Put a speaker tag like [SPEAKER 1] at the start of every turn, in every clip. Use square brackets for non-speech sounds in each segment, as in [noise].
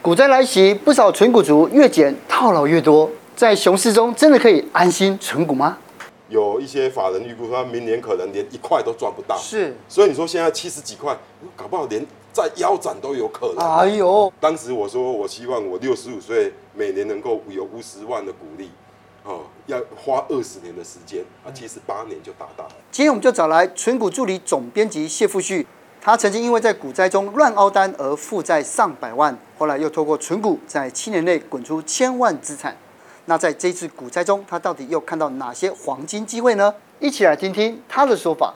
[SPEAKER 1] 股灾来袭，不少存股族越减套牢越多，在熊市中真的可以安心存股吗？
[SPEAKER 2] 有一些法人预估，他明年可能连一块都赚不到。
[SPEAKER 1] 是
[SPEAKER 2] 所以你说现在七十几块，搞不好连在腰斩都有可能。
[SPEAKER 1] 哎呦，
[SPEAKER 2] 当时我说，我希望我六十五岁每年能够有五十万的股利，哦，要花二十年的时间，
[SPEAKER 1] 嗯
[SPEAKER 2] 啊，其实八年就达到了。
[SPEAKER 1] 今天我们就找来存股助理总编辑谢富旭，他曾经因为在股灾中乱凹单而负债上百万，后来又透过存股在七年内滚出千万资产。那在这次股灾中，他到底又看到哪些黄金机会呢？一起来听听他的说法。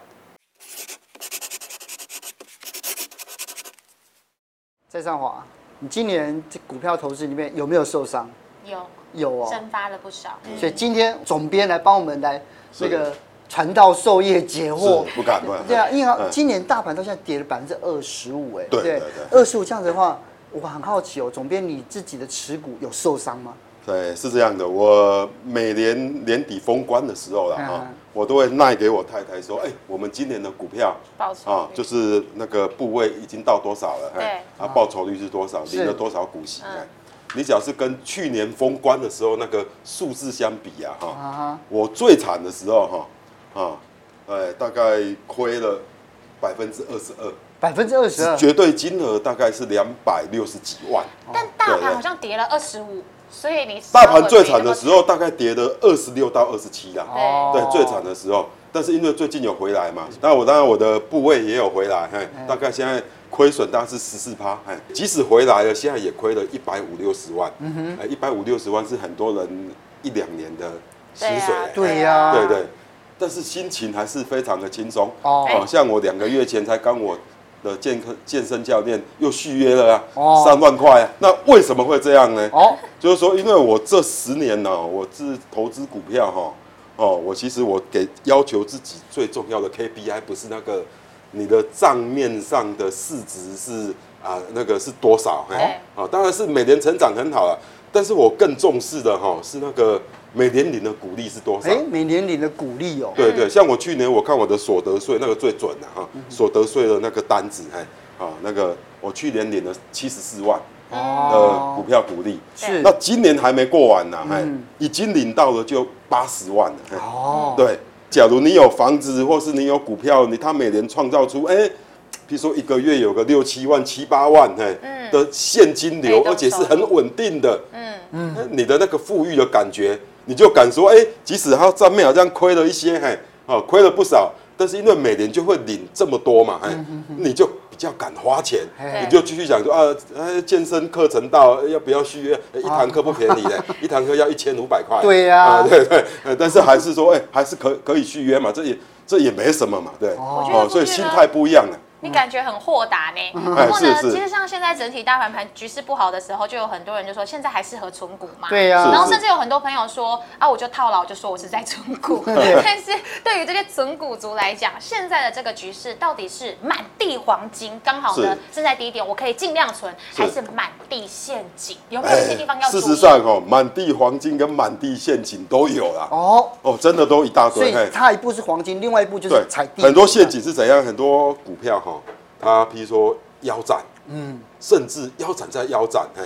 [SPEAKER 1] 在上华，你今年这股票投资里面有没有受伤？
[SPEAKER 3] 有
[SPEAKER 1] 有嗯哦，
[SPEAKER 3] 蒸发了不少。
[SPEAKER 1] 所以今天总编来帮我们来那个传道授业解惑。
[SPEAKER 2] 不敢不敢
[SPEAKER 1] 对啊，因为
[SPEAKER 2] 嗯
[SPEAKER 1] 今年大盘到现在跌了百分之二十五，哎，
[SPEAKER 2] 对
[SPEAKER 1] 不
[SPEAKER 2] 对
[SPEAKER 1] 二十五这样子的话，我很好奇哦，总编你自己的持股有受伤吗？
[SPEAKER 2] 对，是这样的。我每年年底封关的时候啦，
[SPEAKER 1] 嗯
[SPEAKER 2] 啊，我都会赖给我太太说，哎、我们今年的股票
[SPEAKER 3] 报酬
[SPEAKER 2] 啊，
[SPEAKER 3] 率
[SPEAKER 2] 就是那个部位已经到多少了，哎，啊，报酬率是多少，
[SPEAKER 1] 是
[SPEAKER 2] 领了多少股息，
[SPEAKER 3] 嗯
[SPEAKER 2] 哎，你只要是跟去年封关的时候那个数字相比啊，哈、
[SPEAKER 1] 啊
[SPEAKER 2] 我最惨的时候哈，啊，哎，大概亏了百分之二十
[SPEAKER 1] 哈
[SPEAKER 2] 二，，
[SPEAKER 1] 百分之二十二，
[SPEAKER 2] 绝对金额大概是两百六十几万。
[SPEAKER 1] 哦
[SPEAKER 3] 但大
[SPEAKER 2] 对对
[SPEAKER 3] 盘好像跌了二十五，所以你
[SPEAKER 2] 大盘最惨的时候大概跌了二十六到二十七啊啦，
[SPEAKER 3] 哦
[SPEAKER 2] 对，最惨的时候。但是因为最近有回来嘛，那我当然我的部位也有回来，嘿，大概现在亏损大概是十四趴，嘿，即使回来了，现在也亏了一百五六十万，嗯哼，一百五六十万是很多人一两年的薪
[SPEAKER 3] 啊
[SPEAKER 2] 水，嘿
[SPEAKER 1] 对呀
[SPEAKER 2] 对对，但是心情还是非常的轻松。
[SPEAKER 1] 哦
[SPEAKER 2] 哦，像我两个月前才刚我的健康健身教练又续约了啊，
[SPEAKER 1] 哦
[SPEAKER 2] 三万块啊。那为什么会这样呢？
[SPEAKER 1] 哦，
[SPEAKER 2] 就是说，因为我这十年呢、我是投资股票哈、哦，我其实我给要求自己最重要的 KPI 不是那个你的账面上的市值是啊那个是多少，嘿
[SPEAKER 3] 对
[SPEAKER 2] 啊，当然是每年成长很好了、但是我更重视的哈、是那个每年领的股利是多少。
[SPEAKER 1] 哎，每年领的股利哦，
[SPEAKER 2] 对对，像我去年我看我的所得税那个最准了、哈，所得税的那个单子，哎，啊，那个我去年领了七十四万的股
[SPEAKER 1] 哦，
[SPEAKER 2] 票股利，
[SPEAKER 1] 是
[SPEAKER 2] 那今年还没过完呢、哎、
[SPEAKER 1] 嗯
[SPEAKER 2] 已经领到了就八十万了，哎
[SPEAKER 1] 哦，
[SPEAKER 2] 对，假如你有房子或是你有股票，你他每年创造出哎。比如说一个月有个六七万、七八万，嘿、
[SPEAKER 1] 嗯
[SPEAKER 2] 的现金流
[SPEAKER 3] 被，动
[SPEAKER 2] 而且是
[SPEAKER 3] 收入
[SPEAKER 2] 很稳定的，
[SPEAKER 3] 嗯
[SPEAKER 2] 嗯，你的那个富裕的感觉，你就敢说，哎、即使他账面好像亏了一些，嘿，哦，亏了不少，但是因为每年就会领这么多嘛，嘿，你就比较敢花钱，
[SPEAKER 1] 嗯嘿
[SPEAKER 2] 你就继续想说啊，呃，健身课程到要不要续约？呃一堂课不便宜
[SPEAKER 3] [laughs]
[SPEAKER 2] 的，一堂课要一千五百块，
[SPEAKER 1] 对呀
[SPEAKER 2] 啊对对，呃但是还是说，哎、还是可可以续约嘛，这也这也没什么嘛，对，
[SPEAKER 3] 哦
[SPEAKER 2] 哦
[SPEAKER 3] 我觉得不
[SPEAKER 2] 所以
[SPEAKER 3] 是
[SPEAKER 2] 心
[SPEAKER 3] 吗
[SPEAKER 2] 态不一样了。
[SPEAKER 3] 你感觉很豁达呢。不过呢，
[SPEAKER 2] 嗯是是
[SPEAKER 3] 其实像现在整体大盘盘局势不好的时候，就有很多人就说现在还适合存股嘛。
[SPEAKER 1] 对呀
[SPEAKER 3] 然后
[SPEAKER 2] 是
[SPEAKER 3] 甚至有很多朋友说啊，我就套牢，就说我是在存
[SPEAKER 2] [laughs]
[SPEAKER 3] 股。
[SPEAKER 1] 对
[SPEAKER 3] 但是对于这些存股族来讲，现在的这个局势到底是满地黄金，刚好呢
[SPEAKER 2] 是
[SPEAKER 3] 正在低点，我可以尽量存，
[SPEAKER 2] 是哎
[SPEAKER 3] 还是满地陷阱？有没有一些地方要注
[SPEAKER 2] 事
[SPEAKER 3] 意？
[SPEAKER 2] 实上哦，满地黄金跟满地陷阱都有啦。
[SPEAKER 1] 哦，
[SPEAKER 2] 哦，真的都一大
[SPEAKER 1] 所
[SPEAKER 2] 堆。
[SPEAKER 1] 以
[SPEAKER 2] 嘿
[SPEAKER 1] 它一步是黄金，另外一步就是踩地，
[SPEAKER 2] 很多陷阱是怎样？很多股票哈，它譬如说腰斩，嗯，甚至腰斩再腰斩，哎，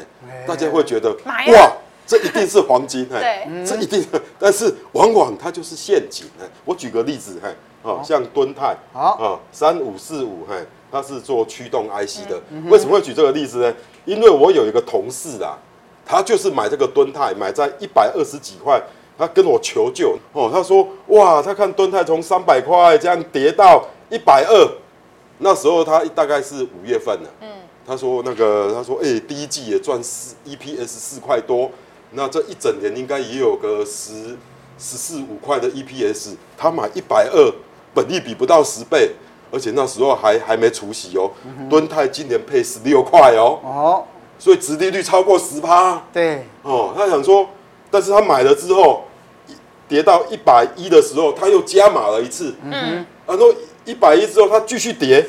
[SPEAKER 2] 大家会觉得
[SPEAKER 3] 买啊
[SPEAKER 2] 哇，哦这一定是黄金，哎
[SPEAKER 3] 对，
[SPEAKER 2] 这一定， [laughs] 但是往往它就是陷阱，哎，我举个例子，哎，哦，像敦泰，
[SPEAKER 1] 好
[SPEAKER 2] 啊，三五四五，哎，它是做驱动 IC 的，为什么会举这个例子呢？因为我有一个同事啊，他就是买这个敦泰，买在一百二十几块，他跟我求救哦，他说哇，他看敦泰从三百块这样跌到一百二，那时候他大概是五月份了，嗯，他说那个他说哎、第一季也赚四 EPS 四块多，那这一整年应该也有个十十四五块的 EPS，他买一百二，本利比不到十倍。而且那时候还还没除息哦，敦泰今年配十六块哦，
[SPEAKER 1] 哦，
[SPEAKER 2] 所以殖利率超过十趴
[SPEAKER 1] 对，
[SPEAKER 2] 哦。他想说，但是他买了之后，一跌到一百一的时候，他又加码了一次，
[SPEAKER 3] 嗯，
[SPEAKER 2] 然后一百一之后，他继续跌，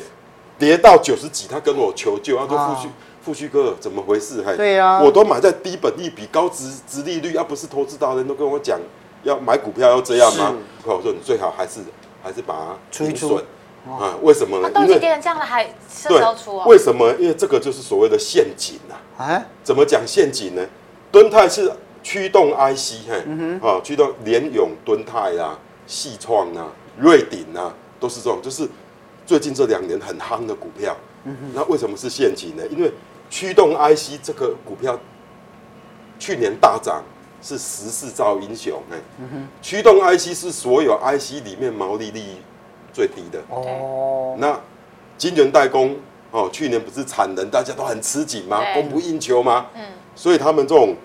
[SPEAKER 2] 跌到九十几，他跟我求救，他说
[SPEAKER 1] 啊
[SPEAKER 2] 富旭。富旭哥，怎么回事？嘿，
[SPEAKER 1] 对呀
[SPEAKER 2] 我都买在低本利比、高值值利率，要、啊不是投资达人都跟我讲，要买股票要这样吗？我说你最好还是还是把它
[SPEAKER 1] 出一
[SPEAKER 2] 停
[SPEAKER 1] 出
[SPEAKER 2] 损啊？为什么呢
[SPEAKER 3] 啊？都已
[SPEAKER 2] 因为
[SPEAKER 3] 经跌成这样了，还是时
[SPEAKER 2] 对
[SPEAKER 3] 候出哦。
[SPEAKER 2] 为什么？因为这个就是所谓的陷阱啊。
[SPEAKER 1] 哎，
[SPEAKER 2] 怎么讲陷阱呢？敦泰是驱动 IC，嘿，啊，驱动联咏、敦泰啊、细创啊、瑞鼎啊，都是这种，就是最近这两年很夯的股票。那为什么是陷阱呢？因为驱动 IC 这个股票去年大涨，是十四兆英雄，哎、驱动 IC 是所有 IC 里面毛利率最低的。
[SPEAKER 1] 哦，
[SPEAKER 2] 那金源代工哦，去年不是产能大家都很吃紧吗？
[SPEAKER 3] 对
[SPEAKER 2] 供不应求吗？
[SPEAKER 3] 嗯，
[SPEAKER 2] 所以他们这种，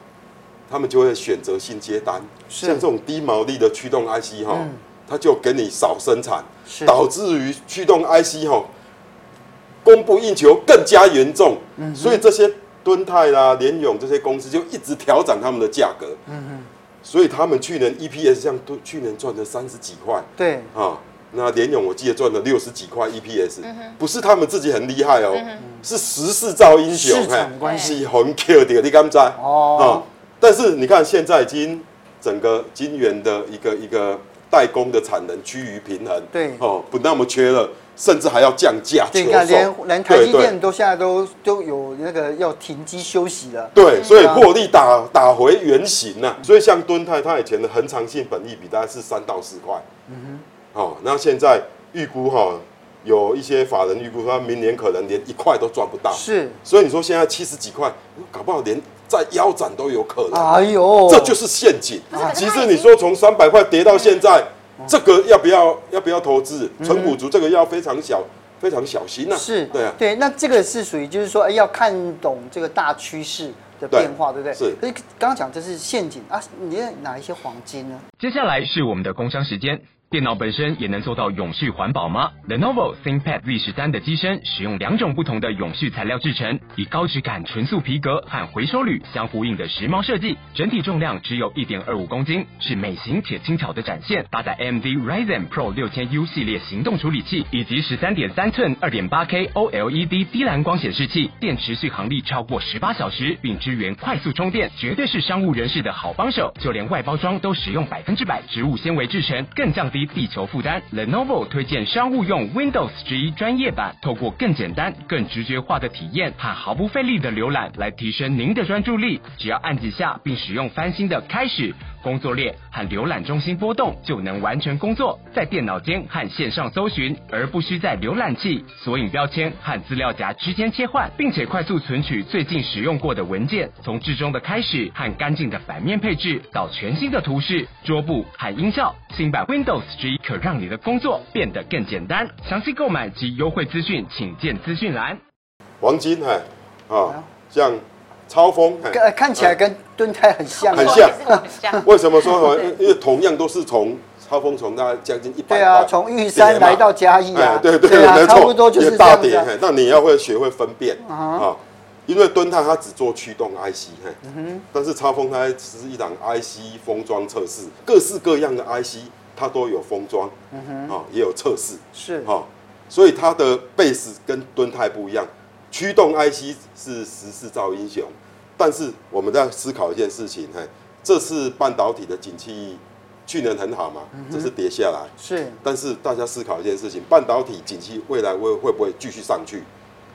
[SPEAKER 2] 他们就会选择性接单，
[SPEAKER 1] 是嗯
[SPEAKER 2] 像这种低毛利的驱动 IC 哈、它就给你少生产，
[SPEAKER 1] 是
[SPEAKER 2] 导致于驱动 IC 哈、供不应求更加严重，
[SPEAKER 1] 嗯
[SPEAKER 2] 所以这些敦泰啦、联咏这些公司就一直调整他们的价格，
[SPEAKER 1] 嗯
[SPEAKER 2] 所以他们去年 EPS 像都去年赚了三十几块，
[SPEAKER 1] 对，
[SPEAKER 2] 啊，那联勇我记得赚了六十几块 EPS，、不是他们自己很厉害哦，是十四兆英雄，
[SPEAKER 1] 市场
[SPEAKER 2] 嘿
[SPEAKER 1] 关
[SPEAKER 3] 系
[SPEAKER 2] 是红 Q 的，你敢不知？
[SPEAKER 1] 哦
[SPEAKER 2] 啊，但是你看现在已经整个金元的一个一个代工的产能趋于平衡，
[SPEAKER 1] 对
[SPEAKER 2] 哦，不那么缺了，甚至还要降价
[SPEAKER 1] 这
[SPEAKER 2] 求售，
[SPEAKER 1] 个连连台积
[SPEAKER 2] 对对
[SPEAKER 1] 电都现在都都有那个要停机休息了。
[SPEAKER 2] 对，所以获利
[SPEAKER 3] 啊
[SPEAKER 2] 打打回原形呐、所以像敦泰，它以前的恒常性本益比大概是三到四块。嗯哼。哦，那现在预估哈、有一些法人预估，它明年可能连一块都赚不到。。
[SPEAKER 1] 是，
[SPEAKER 2] 所以你说现在七十几块，哦搞不好连在腰斩都有可能。
[SPEAKER 1] 哎呦，
[SPEAKER 2] 这就是陷阱
[SPEAKER 3] 哦不是可。是
[SPEAKER 2] 其
[SPEAKER 3] 它
[SPEAKER 2] 实
[SPEAKER 3] 已
[SPEAKER 2] 你
[SPEAKER 3] 经嗯
[SPEAKER 2] 说从三百块跌到现在，这个要不要要不要投资？纯股族这个要非常小非常小心呐、
[SPEAKER 1] 是，
[SPEAKER 2] 对啊。
[SPEAKER 1] 那这个是属于就是说，哎，要看懂这个大趋势的变化，对
[SPEAKER 2] 对
[SPEAKER 1] 不对？
[SPEAKER 2] 是
[SPEAKER 1] 可是刚刚讲这是陷阱啊，你哪一些黄金呢？
[SPEAKER 4] 接下来是我们的工商时间。电脑本身也能做到永续环保吗？Lenovo ThinkPad Z 十三的机身使用两种不同的永续材料制成，以高质感纯素皮革和回收铝相呼应的时髦设计，整体重量只有一点二五公斤，是美型且轻巧的展现。搭载 AMD Ryzen Pro 六千 U 系列行动处理器以及十三点三寸二点八 K E OLED 低蓝光显示器，电持续航力超过十八小时，并支援快速充电，绝对是商务人士的好帮手。就连外包装都使用百分之百植物纤维制成，更降低地球负担。Lenovo 推荐商务用 Windows 十一专业版，透过更简单、更直觉化的体验和毫不费力的浏览来提升您的专注力。只要按几下，并使用翻新的开始、工作列和浏览中心波动，就能完成工作，在电脑间和线上搜寻，而不需在浏览器、索引标签和资料夹之间切换，并且快速存取最近使用过的文件，从至中的开始和干净的反面配置到全新的图示、桌布和音效，新版 Windows 11可让你的工作变得更简单。详细购买及优惠资讯，请见资讯栏。
[SPEAKER 2] 黄金嘿，啊，像超风嘿
[SPEAKER 1] 看看起来跟蹲泰很像啊，
[SPEAKER 2] 很
[SPEAKER 3] 也
[SPEAKER 2] 像。
[SPEAKER 3] 是很像
[SPEAKER 2] 为什么说好？因为同样都是从超风从大概将近一百，
[SPEAKER 1] 对啊，从玉山来到嘉义啊
[SPEAKER 2] 哎，，对对
[SPEAKER 1] 啊，
[SPEAKER 2] 没
[SPEAKER 1] 差
[SPEAKER 2] 错，
[SPEAKER 1] 不多就是
[SPEAKER 2] 也
[SPEAKER 1] 这
[SPEAKER 2] 大
[SPEAKER 1] 样子
[SPEAKER 2] 跌
[SPEAKER 1] 啊。
[SPEAKER 2] 嘿，那你要会学会分辨啊，因为敦泰它只做驱动 IC
[SPEAKER 1] 嗯
[SPEAKER 2] 嘿，但是超风它是一档 IC 封装测试，各式各样的 IC 它都有封装，
[SPEAKER 1] 嗯
[SPEAKER 2] 啊，也有测试，
[SPEAKER 1] 是，
[SPEAKER 2] 哦，所以它的 base 跟敦泰不一样，驱动 IC 是十四兆英雄，但是我们在思考一件事情，嘿，这次半导体的景气去年很好嘛，这是跌下来，
[SPEAKER 1] 是，
[SPEAKER 2] 但是大家思考一件事情，半导体景气未来会会不会继续上去？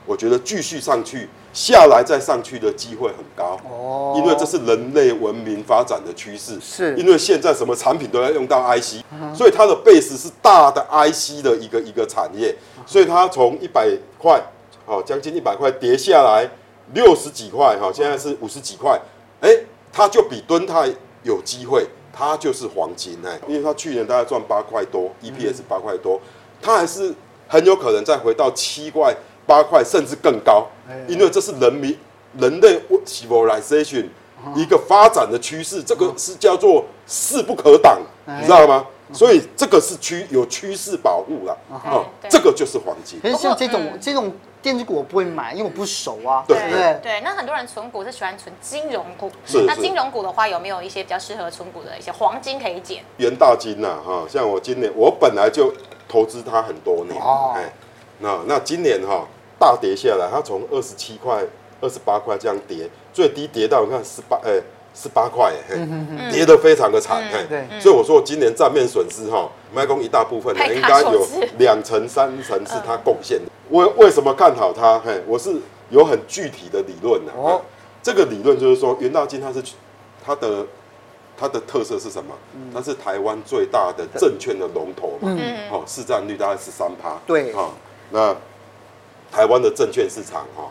[SPEAKER 2] 我觉得继续上去，下来再上去的机会很高
[SPEAKER 1] 哦
[SPEAKER 2] 因为这是人类文明发展的趋势。
[SPEAKER 1] 是
[SPEAKER 2] 因为现在什么产品都要用到 IC，、所以它的 base 是大的 IC 的一个一个产业，所以它从一百块，哦，将近一百块跌下来六十几块，哈、现在是五十几块，哎、它就比敦泰有机会，它就是黄金哎、因为它去年大概赚八块多，EPS 八块多，它还是很有可能再回到七块、八块甚至更高，因为这是人民人类 civilization 一个发展的趋势，这个是叫做势不可挡，你知道吗？所以这个是趋有趋势保护啦，哦，
[SPEAKER 3] 对
[SPEAKER 2] 这个就是黄金
[SPEAKER 1] 可。是像
[SPEAKER 3] 不过
[SPEAKER 1] 这种
[SPEAKER 3] 嗯
[SPEAKER 1] 这种电子股我不会买，因为我不熟啊，
[SPEAKER 2] 对
[SPEAKER 1] 不
[SPEAKER 3] 对
[SPEAKER 1] 对？
[SPEAKER 3] 对，那很多人存股是喜欢存金融股，
[SPEAKER 2] 是
[SPEAKER 3] 那
[SPEAKER 2] 是
[SPEAKER 3] 金融股的话，有没有一些比较适合存股的一些黄金可以捡？
[SPEAKER 2] 元大金呐、哈、像我今年我本来就投资它很多年，
[SPEAKER 1] 哦
[SPEAKER 2] 哎，那那今年哈、大跌下来，它从二十七块、二十八块这样跌，最低跌到你看十八，哎，十八块，哎
[SPEAKER 1] 嗯
[SPEAKER 2] 嘿，跌得非常的惨，哎，
[SPEAKER 1] 对
[SPEAKER 2] 所以我说我今年账面损失哈、麦工一大部分
[SPEAKER 3] 太
[SPEAKER 2] 应
[SPEAKER 3] 看
[SPEAKER 2] 该
[SPEAKER 3] 手
[SPEAKER 2] 有
[SPEAKER 3] 指
[SPEAKER 2] 两成、三成是
[SPEAKER 1] 嗯
[SPEAKER 2] 它贡献的。为为什么看好它？嘿，我是有很具体的理论的、
[SPEAKER 1] 哦
[SPEAKER 2] 哦，这个理论就是说，元大金它是它的它的特色是什么？
[SPEAKER 1] 嗯
[SPEAKER 2] 它是台湾最大的证券的龙头嘛，
[SPEAKER 3] 嗯，
[SPEAKER 2] 哦，市占率大概是三趴，
[SPEAKER 1] 对
[SPEAKER 2] 哦，那台湾的证券市场哦，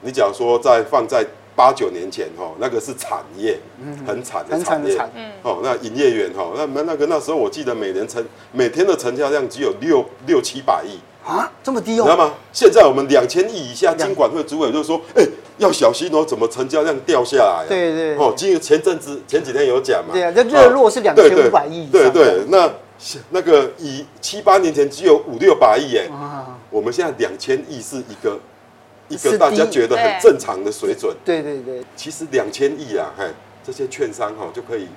[SPEAKER 2] 你假如说在放在八九年前哦，那个是产业，很惨的
[SPEAKER 1] 嗯很惨
[SPEAKER 2] 产
[SPEAKER 1] 的
[SPEAKER 2] 业，
[SPEAKER 1] 惨，
[SPEAKER 2] 哦，那营业员哦，那那那个那时候我记得每年成每天的成交量只有六六七百亿，
[SPEAKER 1] 啊，这么低
[SPEAKER 2] 你知道
[SPEAKER 1] 哦，
[SPEAKER 2] 吗？现在我们两千亿以下，
[SPEAKER 1] 两
[SPEAKER 2] 金管会主委就说，哎、要小心哦，怎么成交量掉下来、啊？
[SPEAKER 1] 对对
[SPEAKER 2] 哦，今前阵子前几天有讲嘛，
[SPEAKER 1] 对啊这热络是
[SPEAKER 2] 哦
[SPEAKER 1] 2500亿以上
[SPEAKER 2] 对对对，那那个以七八年前只有五六百亿，哎、
[SPEAKER 1] 啊，
[SPEAKER 2] 我们现在两千亿是一个一
[SPEAKER 1] 是低
[SPEAKER 2] 个大家觉得很
[SPEAKER 3] 对
[SPEAKER 2] 正常的水准，
[SPEAKER 1] 对对对，
[SPEAKER 2] 其实两千亿啊，嘿，这些券商哈、哦、就可以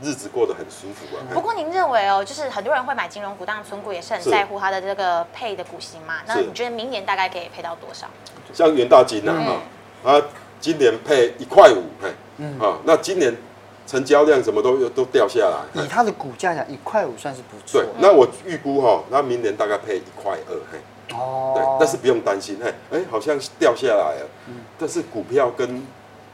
[SPEAKER 2] 日子过得很舒服啊。嘿
[SPEAKER 3] 不过您认为哦，就是很多人会买金融股，当然存股也是很
[SPEAKER 2] 是
[SPEAKER 3] 在乎它的这个配的股息嘛。那
[SPEAKER 2] 是
[SPEAKER 3] 你觉得明年大概可以配到多少？
[SPEAKER 2] 像元大金呐、啊，哈、啊，今年配一块五，嘿，啊，那今年成交量什么都都掉下来，嘿
[SPEAKER 1] 以它的股价讲，一块五算是不错
[SPEAKER 2] 对，那我预估哈、那明年大概配一块二，嘿，
[SPEAKER 1] 哦，嗯
[SPEAKER 2] 对，但是不用担心，嘿，哎、好像掉下来了，但是股票跟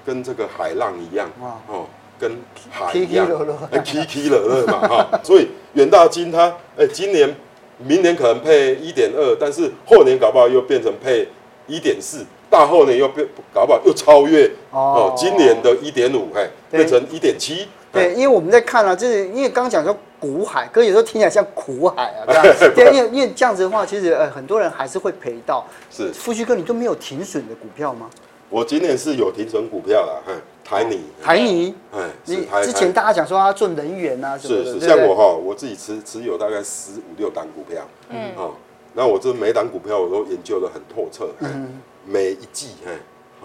[SPEAKER 2] 跟这个海浪一样
[SPEAKER 1] 哇，
[SPEAKER 2] 哦，跟海一
[SPEAKER 1] 起
[SPEAKER 2] 样
[SPEAKER 1] 起落落，
[SPEAKER 2] 哎起起落落嘛，哈、所以远大金它，哎、今年、明年可能配一点二，但是后年搞不好又变成配一点四，大后年又变，搞不好又超越
[SPEAKER 1] 哦
[SPEAKER 2] 哦今年的一点五，哎，
[SPEAKER 1] 对
[SPEAKER 2] 变成一点七，
[SPEAKER 1] 对，因为我们在看啊，就是因为刚刚讲说股海，可是有时候听起来像苦海啊，这样
[SPEAKER 2] [laughs]
[SPEAKER 1] 对啊，因为因为这样子的话，其实呃很多人还是会赔到。
[SPEAKER 2] 是
[SPEAKER 1] 富旭哥，你都没有停损的股票吗？
[SPEAKER 2] 我今年是有停损股票了，嘿，台泥，
[SPEAKER 1] 台泥，
[SPEAKER 2] 哎，是
[SPEAKER 1] 哦你
[SPEAKER 2] 台
[SPEAKER 1] 之
[SPEAKER 2] 台
[SPEAKER 1] 前大家讲说他做能源啊什么的，
[SPEAKER 2] 是
[SPEAKER 1] 对
[SPEAKER 2] 是，
[SPEAKER 1] 不
[SPEAKER 2] 像
[SPEAKER 1] 对
[SPEAKER 2] 我哈，我自己持持有大概十五六档股票，嗯，哦，那我这每档股票我都研究的很透彻，嗯，每一季，嘿，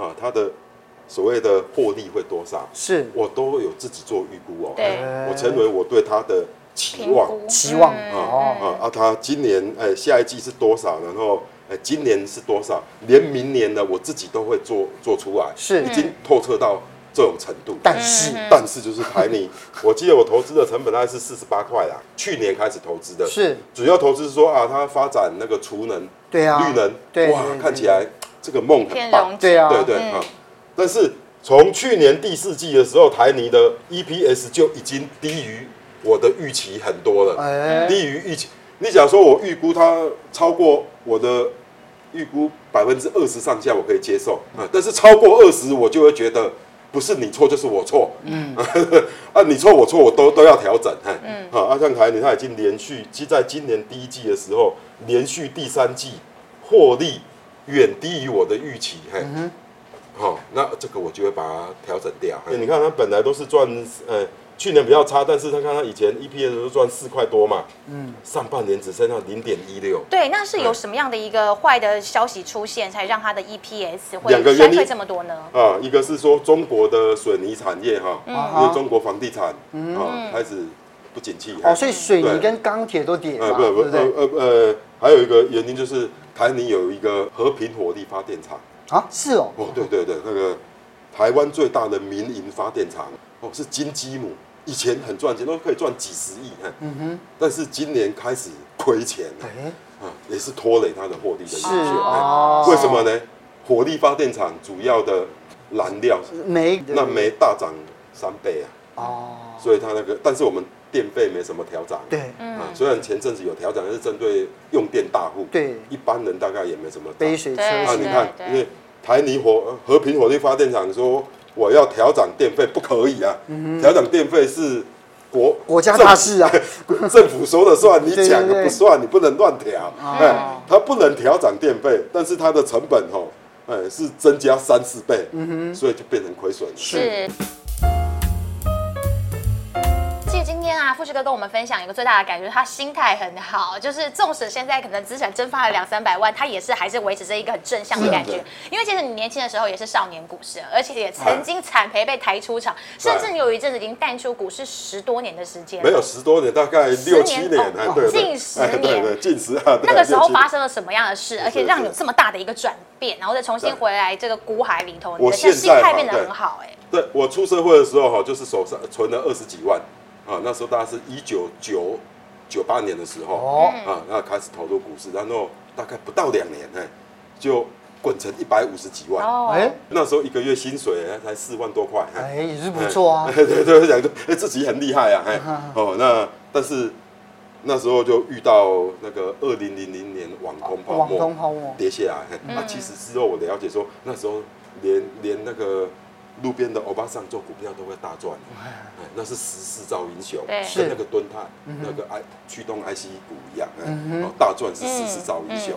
[SPEAKER 2] 啊，它的所谓的获利会多少，
[SPEAKER 1] 是
[SPEAKER 2] 我都有自己做预估哦，
[SPEAKER 3] 对
[SPEAKER 2] 嘿我成为我对它的期
[SPEAKER 3] 评
[SPEAKER 2] 望，
[SPEAKER 3] 估
[SPEAKER 1] 期望
[SPEAKER 2] 啊
[SPEAKER 1] 哦
[SPEAKER 2] 啊啊，它今年哎下一季是多少，然后哎今年是多少，连明年呢我自己都会做做出来，
[SPEAKER 1] 是
[SPEAKER 2] 已经透彻到这种程度，
[SPEAKER 1] 但是
[SPEAKER 2] 但是就是台泥，我记得我投资的成本大概是四十八块啦，去年开始投资的，
[SPEAKER 1] 是
[SPEAKER 2] 主要投资是说啊，它发展那个储能、
[SPEAKER 1] 对啊，
[SPEAKER 2] 绿能，
[SPEAKER 1] 对
[SPEAKER 2] 哇
[SPEAKER 1] 对，对
[SPEAKER 2] 看起来这个梦
[SPEAKER 3] 偏
[SPEAKER 2] 很棒
[SPEAKER 3] 容，
[SPEAKER 1] 对啊，
[SPEAKER 2] 对对啊、但是从去年第四季的时候，台泥的 EPS 就已经低于我的预期很多了，
[SPEAKER 1] 哎
[SPEAKER 2] 低于预期。你假如说我预估它超过我的预估百分之二十上下，我可以接受啊、但是超过二十，我就会觉得不是你错就是我错，嗯， [laughs] 啊，你错我错我都都要调整，嘿，嗯，好，啊，像台泥它已经连续，即在今年第一季的时候，连续第三季获利远低于我的预期，嘿，好、哦那这个我就会把它调整掉。嘿你看它本来都是赚，呃，去年比较差，但是他看他以前 EPS 都赚四块多嘛，嗯，上半年只剩下零点一六，
[SPEAKER 3] 对，那是
[SPEAKER 2] 嗯
[SPEAKER 3] 有什么样的一个坏的消息出现，才让它的 EPS 会
[SPEAKER 2] 两个
[SPEAKER 3] 衰
[SPEAKER 2] 原因
[SPEAKER 3] 退这么多呢？
[SPEAKER 2] 啊，一个是说中国的水泥产业哈，
[SPEAKER 1] 嗯
[SPEAKER 2] 因为中国房地产啊开始不景气，
[SPEAKER 1] 哦，所以水泥
[SPEAKER 2] 对
[SPEAKER 1] 跟钢铁都跌
[SPEAKER 2] 呃
[SPEAKER 1] 嘛，
[SPEAKER 2] 不
[SPEAKER 1] 对
[SPEAKER 2] 不
[SPEAKER 1] 不对？
[SPEAKER 2] 呃呃呃，还有一个原因就是台泥有一个和平火力发电厂，
[SPEAKER 1] 啊，是哦，
[SPEAKER 2] 哦，对对对，那个台湾最大的民营发电厂哦，是金鸡母，以前很赚钱，都可以赚几十亿，嗯哼，但是今年开始亏钱了，
[SPEAKER 1] 哎，
[SPEAKER 2] 啊，也是拖累它的获利的因
[SPEAKER 1] 是
[SPEAKER 2] 素。哎
[SPEAKER 1] 哦，
[SPEAKER 2] 为什么呢？火力发电厂主要的燃料，
[SPEAKER 1] 煤？
[SPEAKER 2] 哎那煤大涨三倍啊，
[SPEAKER 1] 哦，
[SPEAKER 2] 所以它那个，但是我们电费没什么调涨，
[SPEAKER 1] 对，
[SPEAKER 2] 啊，虽然前阵子有调整，但是针对用电大户，
[SPEAKER 1] 对
[SPEAKER 2] 一般人大概也没什么涨
[SPEAKER 1] 杯水车
[SPEAKER 2] 啊，
[SPEAKER 3] 对
[SPEAKER 1] 薪
[SPEAKER 2] 你
[SPEAKER 3] 对
[SPEAKER 2] 看，
[SPEAKER 3] 对
[SPEAKER 2] 因为台泥火和平火力发电厂说我要调涨电费，不可以啊，
[SPEAKER 3] 嗯
[SPEAKER 2] 调涨电费是国
[SPEAKER 1] 国家大事啊，
[SPEAKER 2] 政府 [laughs] 政府说了算，你
[SPEAKER 1] 对对
[SPEAKER 2] 讲
[SPEAKER 1] 对
[SPEAKER 2] 了不算，你不能乱调。
[SPEAKER 3] 哦
[SPEAKER 2] 哎，它不能调涨电费，但是它的成本哦，哎是增加三四倍，所以就变成亏损了。
[SPEAKER 3] 嗯是。其实今天啊，富士哥跟我们分享一个最大的感觉，就是他心态很好，就是纵使现在可能资产蒸发了两三百万，他也是还是维持着一个很正向的感
[SPEAKER 2] 是
[SPEAKER 3] 觉
[SPEAKER 2] 的。
[SPEAKER 3] 因为其实你年轻的时候也是少年股市，而且也曾
[SPEAKER 2] 哎
[SPEAKER 3] 经惨赔被抬出场，甚至你有一阵子已经淡出股市十多年的时间。
[SPEAKER 2] 没有十多年，大概六七年
[SPEAKER 3] 十年哦，
[SPEAKER 2] 哎，对对，
[SPEAKER 3] 近十
[SPEAKER 2] 哎对
[SPEAKER 3] 年
[SPEAKER 2] 对，近十啊，对
[SPEAKER 3] 那个时候
[SPEAKER 2] 六七年
[SPEAKER 3] 发生了什么样的事，而且让你有这么大的一个转变，然后再重新回来这个股海里头，你
[SPEAKER 2] 我
[SPEAKER 3] 的现在
[SPEAKER 2] 现
[SPEAKER 3] 心
[SPEAKER 2] 在
[SPEAKER 3] 态
[SPEAKER 2] 哈
[SPEAKER 3] 变得
[SPEAKER 2] 对
[SPEAKER 3] 很好哎、
[SPEAKER 2] 对我出社会的时候哈，就是手上存了二十几万啊，那时候大概是一九九九八年的时候、
[SPEAKER 1] 哦，
[SPEAKER 2] 啊，那开始投入股市，然后大概不到两年哎，就滚成一百五十几万。
[SPEAKER 3] 哦，
[SPEAKER 1] 哎
[SPEAKER 2] 那时候一个月薪水哎才四万多块，嘿
[SPEAKER 1] 哎，也是不错啊
[SPEAKER 2] 哎。 [laughs] 对对，我想说，哎，自己很厉害啊，哎，哦，那但是那时候就遇到那个二零零零年网通泡沫，
[SPEAKER 1] 网通泡沫嗯
[SPEAKER 2] 跌下来，嘿那、其实之后我了解说，那时候连连那个路边的欧巴桑做股票都会大赚，哎，那是时势造英雄，
[SPEAKER 3] 对
[SPEAKER 1] 是嗯
[SPEAKER 2] 跟那个敦泰、那个 I 驱动 IC 股一样，哎，哦大赚是时势造英雄。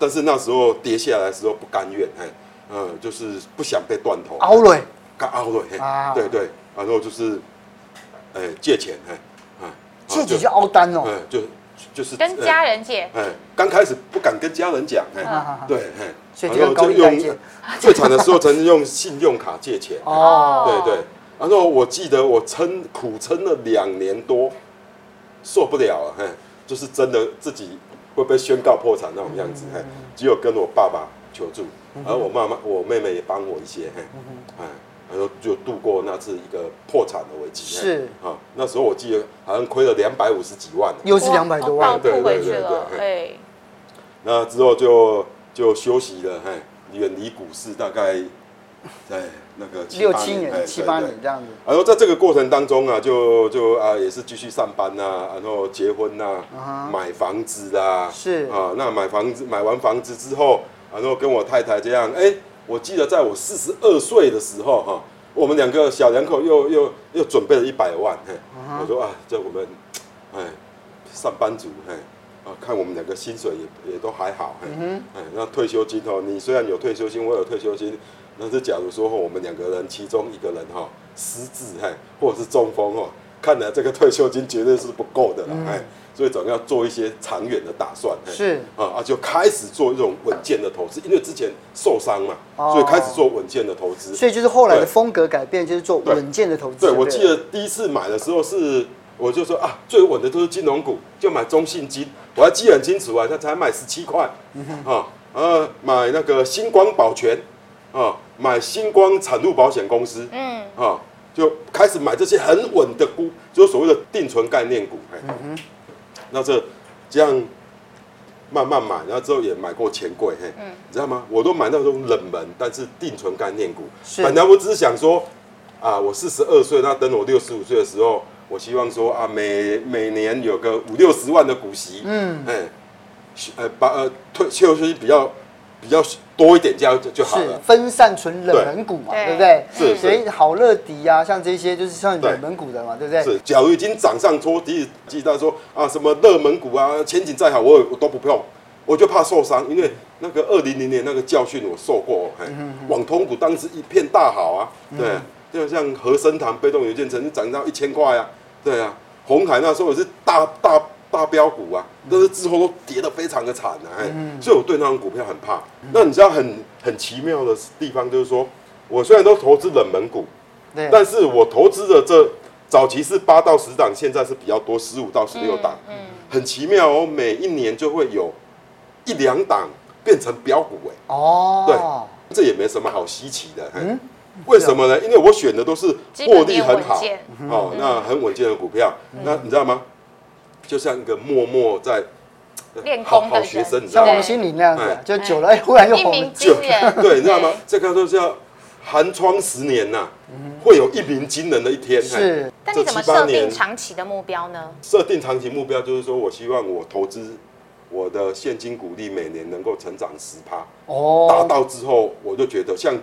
[SPEAKER 2] 但是那时候跌下来的时候不甘愿，哎，呃，就是不想被断头，
[SPEAKER 1] 凹了，
[SPEAKER 2] 干凹了，嘿
[SPEAKER 1] 啊
[SPEAKER 2] 对对，然后就是，哎、借钱，哎、哎
[SPEAKER 1] 自己就凹单
[SPEAKER 2] 哎、
[SPEAKER 1] 哦。
[SPEAKER 2] 就就是
[SPEAKER 3] 跟家，人借，
[SPEAKER 2] 哎、哎刚开始不敢跟家人讲，哎、
[SPEAKER 1] 啊啊啊
[SPEAKER 2] 对，哎、
[SPEAKER 1] 所以
[SPEAKER 2] 然
[SPEAKER 1] 就
[SPEAKER 2] 后
[SPEAKER 1] 高利贷借
[SPEAKER 2] 用最惨的时候曾经用信用卡借钱，
[SPEAKER 1] 哦，
[SPEAKER 2] 对对，然后我记得我撑苦撑了两年多，受不了了，嘿，就是真的自己会被宣告破产那种样子，
[SPEAKER 1] 嗯
[SPEAKER 2] 嘿，只有跟我爸爸求助，然后我妈妈、我妹妹也帮我一些，嘿，
[SPEAKER 1] 嗯
[SPEAKER 2] 哎，然后就度过那次一个破产的危机，嘿
[SPEAKER 1] 是
[SPEAKER 2] 啊，那时候我记得好像亏了两百五十几万，
[SPEAKER 1] 又是
[SPEAKER 3] 哇
[SPEAKER 1] 两百多
[SPEAKER 3] 哦倒
[SPEAKER 1] 万，
[SPEAKER 2] 对
[SPEAKER 3] 吐
[SPEAKER 2] 对
[SPEAKER 3] 回
[SPEAKER 2] 对
[SPEAKER 3] 去
[SPEAKER 2] 对
[SPEAKER 3] 了，哎，
[SPEAKER 2] 那之后就就休息了，嘿，远离股市大概在那个
[SPEAKER 1] 六
[SPEAKER 2] 八
[SPEAKER 1] 七
[SPEAKER 2] 嘿
[SPEAKER 1] 年、七
[SPEAKER 2] 对
[SPEAKER 1] 八
[SPEAKER 2] 对
[SPEAKER 1] 年这样子。
[SPEAKER 2] 啊然后在这个过程当中啊，就就啊也是继续上班呐、然后结婚呐、
[SPEAKER 1] 啊哈
[SPEAKER 2] 买房子啦、
[SPEAKER 1] 是
[SPEAKER 2] 啊，那买房子买完房子之后，啊然后跟我太太这样，哎，我记得在我四十二岁的时候哈、我们两个小两口又又又准备了一百万，嘿，我说啊，这我们哎上班族嘿。啊，看我们两个薪水也也都还好，
[SPEAKER 1] 嗯
[SPEAKER 2] 嘿，哎，那退休金哦，你虽然有退休金，我有退休金，但是假如说哦我们两个人其中一个人哈、失智嘿，或者是中风哦，看来这个退休金绝对是不够的了，哎、所以总要做一些长远的打算，
[SPEAKER 1] 嗯
[SPEAKER 2] 嘿
[SPEAKER 1] 是
[SPEAKER 2] 啊啊，就开始做这种稳健的投资，因为之前受伤嘛，
[SPEAKER 1] 哦
[SPEAKER 2] 所以开始做稳健的投资，
[SPEAKER 1] 所以就是后来的
[SPEAKER 2] 对
[SPEAKER 1] 风格改变，就是做稳健的投资。
[SPEAKER 2] 对，
[SPEAKER 1] 不
[SPEAKER 2] 我记得第一次买的时候是，我就说啊，最稳的都是金融股，就买中信金，我还记得很清楚啊，他才买十七块，啊，呃，买那个星光保全，啊，买星光产路保险公司，
[SPEAKER 3] 嗯，
[SPEAKER 2] 啊，就开始买这些很稳的股，就是所谓的定存概念股，哎，
[SPEAKER 1] 嗯
[SPEAKER 2] 那这这样。慢慢买，然后之后也买过钱柜，嘿，
[SPEAKER 1] 嗯
[SPEAKER 2] 你知道吗？我都买那种冷门，但是定存概念股。
[SPEAKER 1] 是
[SPEAKER 2] 本来我只是想说，啊，我四十二岁，那等我六十五岁的时候，我希望说啊，每每年有个五六十万的股息，嗯，哎、呃，把呃退休息比较比较多一点，这样就就好
[SPEAKER 1] 是
[SPEAKER 2] 了。
[SPEAKER 1] 分散存冷门股嘛，
[SPEAKER 3] 对
[SPEAKER 1] 对不对？
[SPEAKER 2] 是
[SPEAKER 1] 所以好乐迪啊，像这些就是算冷门股的嘛，对不对？
[SPEAKER 2] 是，假如已经涨上戳底，记得说啊，什么热门股啊，前景再好，我也我都不碰，我就怕受伤，因为那个二零零年那个教训我受过，
[SPEAKER 1] 嗯
[SPEAKER 2] 哎、网通股当时一片大好啊，对，就像和生堂、被动元件曾经涨到一千块啊，对啊，红海那时候也是大大大标股啊，
[SPEAKER 1] 嗯
[SPEAKER 2] 但是之后都跌得非常的惨啊，哎、所以我对那种股票很怕。那你知道很很奇妙的地方就是说，我虽然都投资冷门股，
[SPEAKER 1] 对，
[SPEAKER 2] 但是我投资的这早期是八到十档，现在是比较多十五到十六档，
[SPEAKER 3] 嗯
[SPEAKER 2] 很奇妙哦，每一年就会有一两档变成标股哎、
[SPEAKER 1] 哦，
[SPEAKER 2] 这也没什么好稀奇的。嗯，为什么呢？因为我选的都是获利很好
[SPEAKER 3] 基本面
[SPEAKER 2] 哦，那很稳健的股票。那你知道吗？就像一个默默在
[SPEAKER 3] 练
[SPEAKER 2] 好
[SPEAKER 3] 功的
[SPEAKER 2] 好
[SPEAKER 3] 人
[SPEAKER 2] 学生，你知道
[SPEAKER 1] 像
[SPEAKER 2] 吗
[SPEAKER 3] 对？
[SPEAKER 1] 王心凌那样子
[SPEAKER 2] 哎，
[SPEAKER 1] 就久了，哎，忽然又
[SPEAKER 3] 一
[SPEAKER 1] 红
[SPEAKER 3] 鸣
[SPEAKER 1] 了。
[SPEAKER 3] 惊人，
[SPEAKER 2] 对，你知道吗？这个都是要寒窗十年呐、会有一鸣惊人的一天。嘿
[SPEAKER 1] 是，
[SPEAKER 3] [laughs] 但你怎么
[SPEAKER 2] 这七八
[SPEAKER 3] 设定
[SPEAKER 2] 年
[SPEAKER 3] 长期的目标呢？
[SPEAKER 2] 设定长期目标就是说，我希望我投资我的现金股利每年能够成长十趴，达
[SPEAKER 1] 哦，
[SPEAKER 2] 到之后，我就觉得像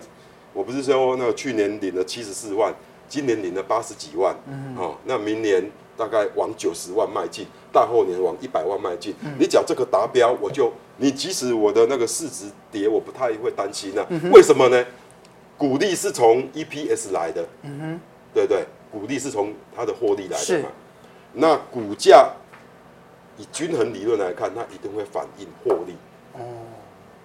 [SPEAKER 2] 我不是说那个去年领了七十四万，今年领了八十几万，哦，那明年大概往九十万迈进，大后年往一百万迈进。你只要这个达标，我就你即使我的那个市值跌，我不太会担心啊。为什么呢？股利是从 EPS 来的，嗯哼，对不对？股利是从它的获利来的
[SPEAKER 1] 是
[SPEAKER 2] 嘛。那股价以均衡理论来看，它一定会反映获利。
[SPEAKER 1] 哦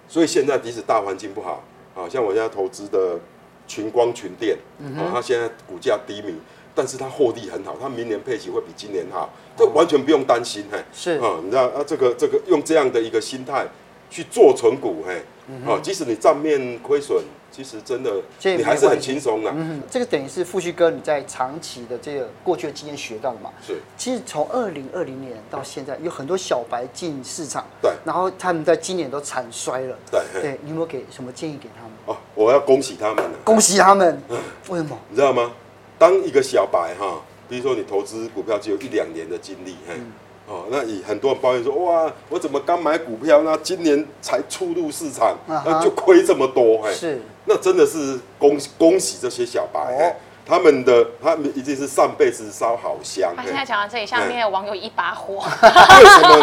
[SPEAKER 2] 所以现在即使大环境不好，啊，像我现在投资的群光群电，
[SPEAKER 1] 嗯
[SPEAKER 2] 啊，它现在股价低迷，但是它获利很好，它明年配息会比今年好，这完全不用担心，嘿，
[SPEAKER 1] 哦是
[SPEAKER 2] 啊，你知道啊，这个这个用这样的一个心态去做存股，嘿，啊，即使你账面亏损其实真的
[SPEAKER 1] 嗯这也
[SPEAKER 2] 你
[SPEAKER 1] 没
[SPEAKER 2] 还是很
[SPEAKER 1] 关系
[SPEAKER 2] 轻松啦。
[SPEAKER 1] 嗯，这个等于是富旭哥你在长期的这个过去的经验学到的嘛。
[SPEAKER 2] 是
[SPEAKER 1] 其实从二零二零年到现在，有很多小白进市场，
[SPEAKER 2] 对
[SPEAKER 1] 然后他们在今年都惨衰了，
[SPEAKER 2] 对嘿
[SPEAKER 1] 对，你有没有给什么建议给他们？
[SPEAKER 2] 哦，我要恭喜他们了。
[SPEAKER 1] 恭喜他们，为什么？
[SPEAKER 2] 你知道吗？当一个小白哈，比如说你投资股票只有一两年的经历，嘿，
[SPEAKER 1] 嗯
[SPEAKER 2] 哦，那以很多人抱怨说，哇，我怎么刚买股票，那今年才初入市场，
[SPEAKER 1] 啊哈
[SPEAKER 2] 那就亏这么多，嘿，
[SPEAKER 1] 是，
[SPEAKER 2] 那真的是恭喜恭喜这些小白，嘿他们的他们一定是上辈子烧好香，
[SPEAKER 3] 啊，
[SPEAKER 2] 嘿
[SPEAKER 3] 现在讲到这里，下面有网友一把
[SPEAKER 2] [laughs]
[SPEAKER 3] 火，
[SPEAKER 2] 为什么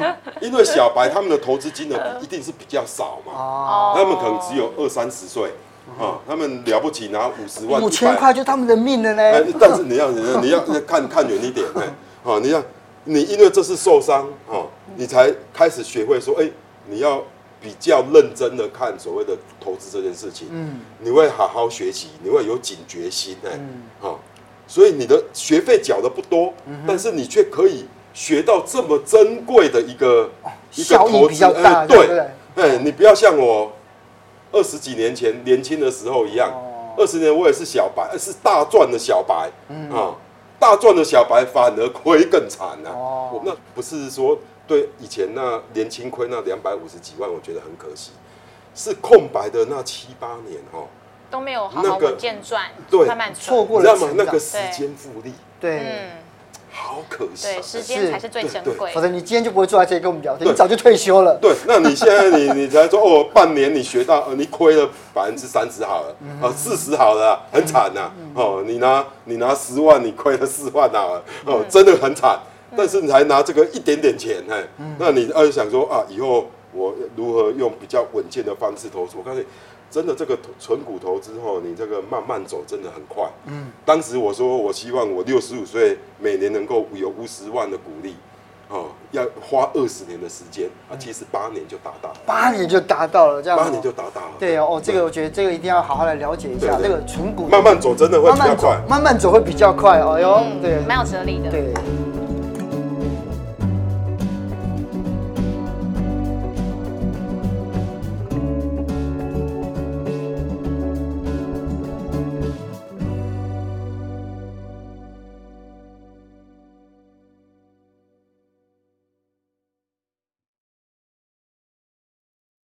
[SPEAKER 2] 呢？ [laughs] 因为小白他们的投资金额一定是比较少嘛，
[SPEAKER 1] 哦，
[SPEAKER 2] 他们可能只有二三十岁，啊，他们了不起拿五十万、
[SPEAKER 1] 五
[SPEAKER 2] 100
[SPEAKER 1] 千
[SPEAKER 2] 万
[SPEAKER 1] 块就是他们的命了
[SPEAKER 2] 哎
[SPEAKER 1] 呢，，
[SPEAKER 2] 但是你要你要你要看看远一点，哎，好，你要你因为这次受伤哦，你才开始学会说，哎，你要比较认真的看所谓的投资这件事情，嗯，你会好好学习，你会有警觉心，哎，好，所以你的学费缴的不多，但是你却可以学到这么珍贵的一个一个
[SPEAKER 1] 效益
[SPEAKER 2] 投
[SPEAKER 1] 比
[SPEAKER 2] 资，
[SPEAKER 1] 较大
[SPEAKER 2] 哎，
[SPEAKER 1] 对不
[SPEAKER 2] 对
[SPEAKER 1] 对，
[SPEAKER 2] 哎，你不要像我二十几年前年轻的时候一样
[SPEAKER 1] 哦，
[SPEAKER 2] 二十、年我也是小白，呃是大赚的小白，嗯啊、大赚的小白反而亏更惨啊。
[SPEAKER 1] 哦
[SPEAKER 2] 我那不是说对以前那年轻亏那两百五十几万，我觉得很可惜，是空白的那七八年哦，
[SPEAKER 3] 都没有好
[SPEAKER 2] 那
[SPEAKER 3] 好
[SPEAKER 2] 个
[SPEAKER 3] 稳健赚，
[SPEAKER 2] 对
[SPEAKER 3] 慢慢存
[SPEAKER 1] 错过
[SPEAKER 2] 你知道
[SPEAKER 1] 了
[SPEAKER 2] 吗？
[SPEAKER 1] 成
[SPEAKER 2] 那
[SPEAKER 1] 长，
[SPEAKER 2] 个时间复利
[SPEAKER 1] 对，
[SPEAKER 3] 嗯，
[SPEAKER 2] 好可惜、啊
[SPEAKER 3] 对，时间
[SPEAKER 1] 是
[SPEAKER 3] 才是最珍
[SPEAKER 2] 对对
[SPEAKER 3] 贵
[SPEAKER 1] 否。则你今天就不会坐在这里跟我们聊天，
[SPEAKER 2] 对
[SPEAKER 1] 你早就退休了。
[SPEAKER 2] 对，那你现在你你才说哦，半年你学到，呃、你亏了百分之三十好了，啊四十好了啊，很惨呐、哦，你拿你拿十万，你亏了四万好了，哦，真的很惨。但是你还拿这个一点点钱，哎，那你呃想说啊，以后我如何用比较稳健的方式投资？我告诉你，真的这个投存股投资后，你这个慢慢走真的很快。嗯，当时我说我希望我六十五岁每年能够有五十万的股利。哦，要花二十年的时间啊，其实八年就达到了，
[SPEAKER 1] 八年就达到了，这样哦
[SPEAKER 2] 八年就达到了。
[SPEAKER 1] 对哦，哦，这个我觉得这个一定要好好来了解一下，这
[SPEAKER 2] 对对
[SPEAKER 1] 个纯股
[SPEAKER 2] 慢慢走真的会
[SPEAKER 1] 慢
[SPEAKER 2] 比较
[SPEAKER 1] 慢走
[SPEAKER 2] 快，。
[SPEAKER 1] 慢慢走会比较快。哎呦，对，
[SPEAKER 3] 嗯蛮有哲理的。
[SPEAKER 1] 对。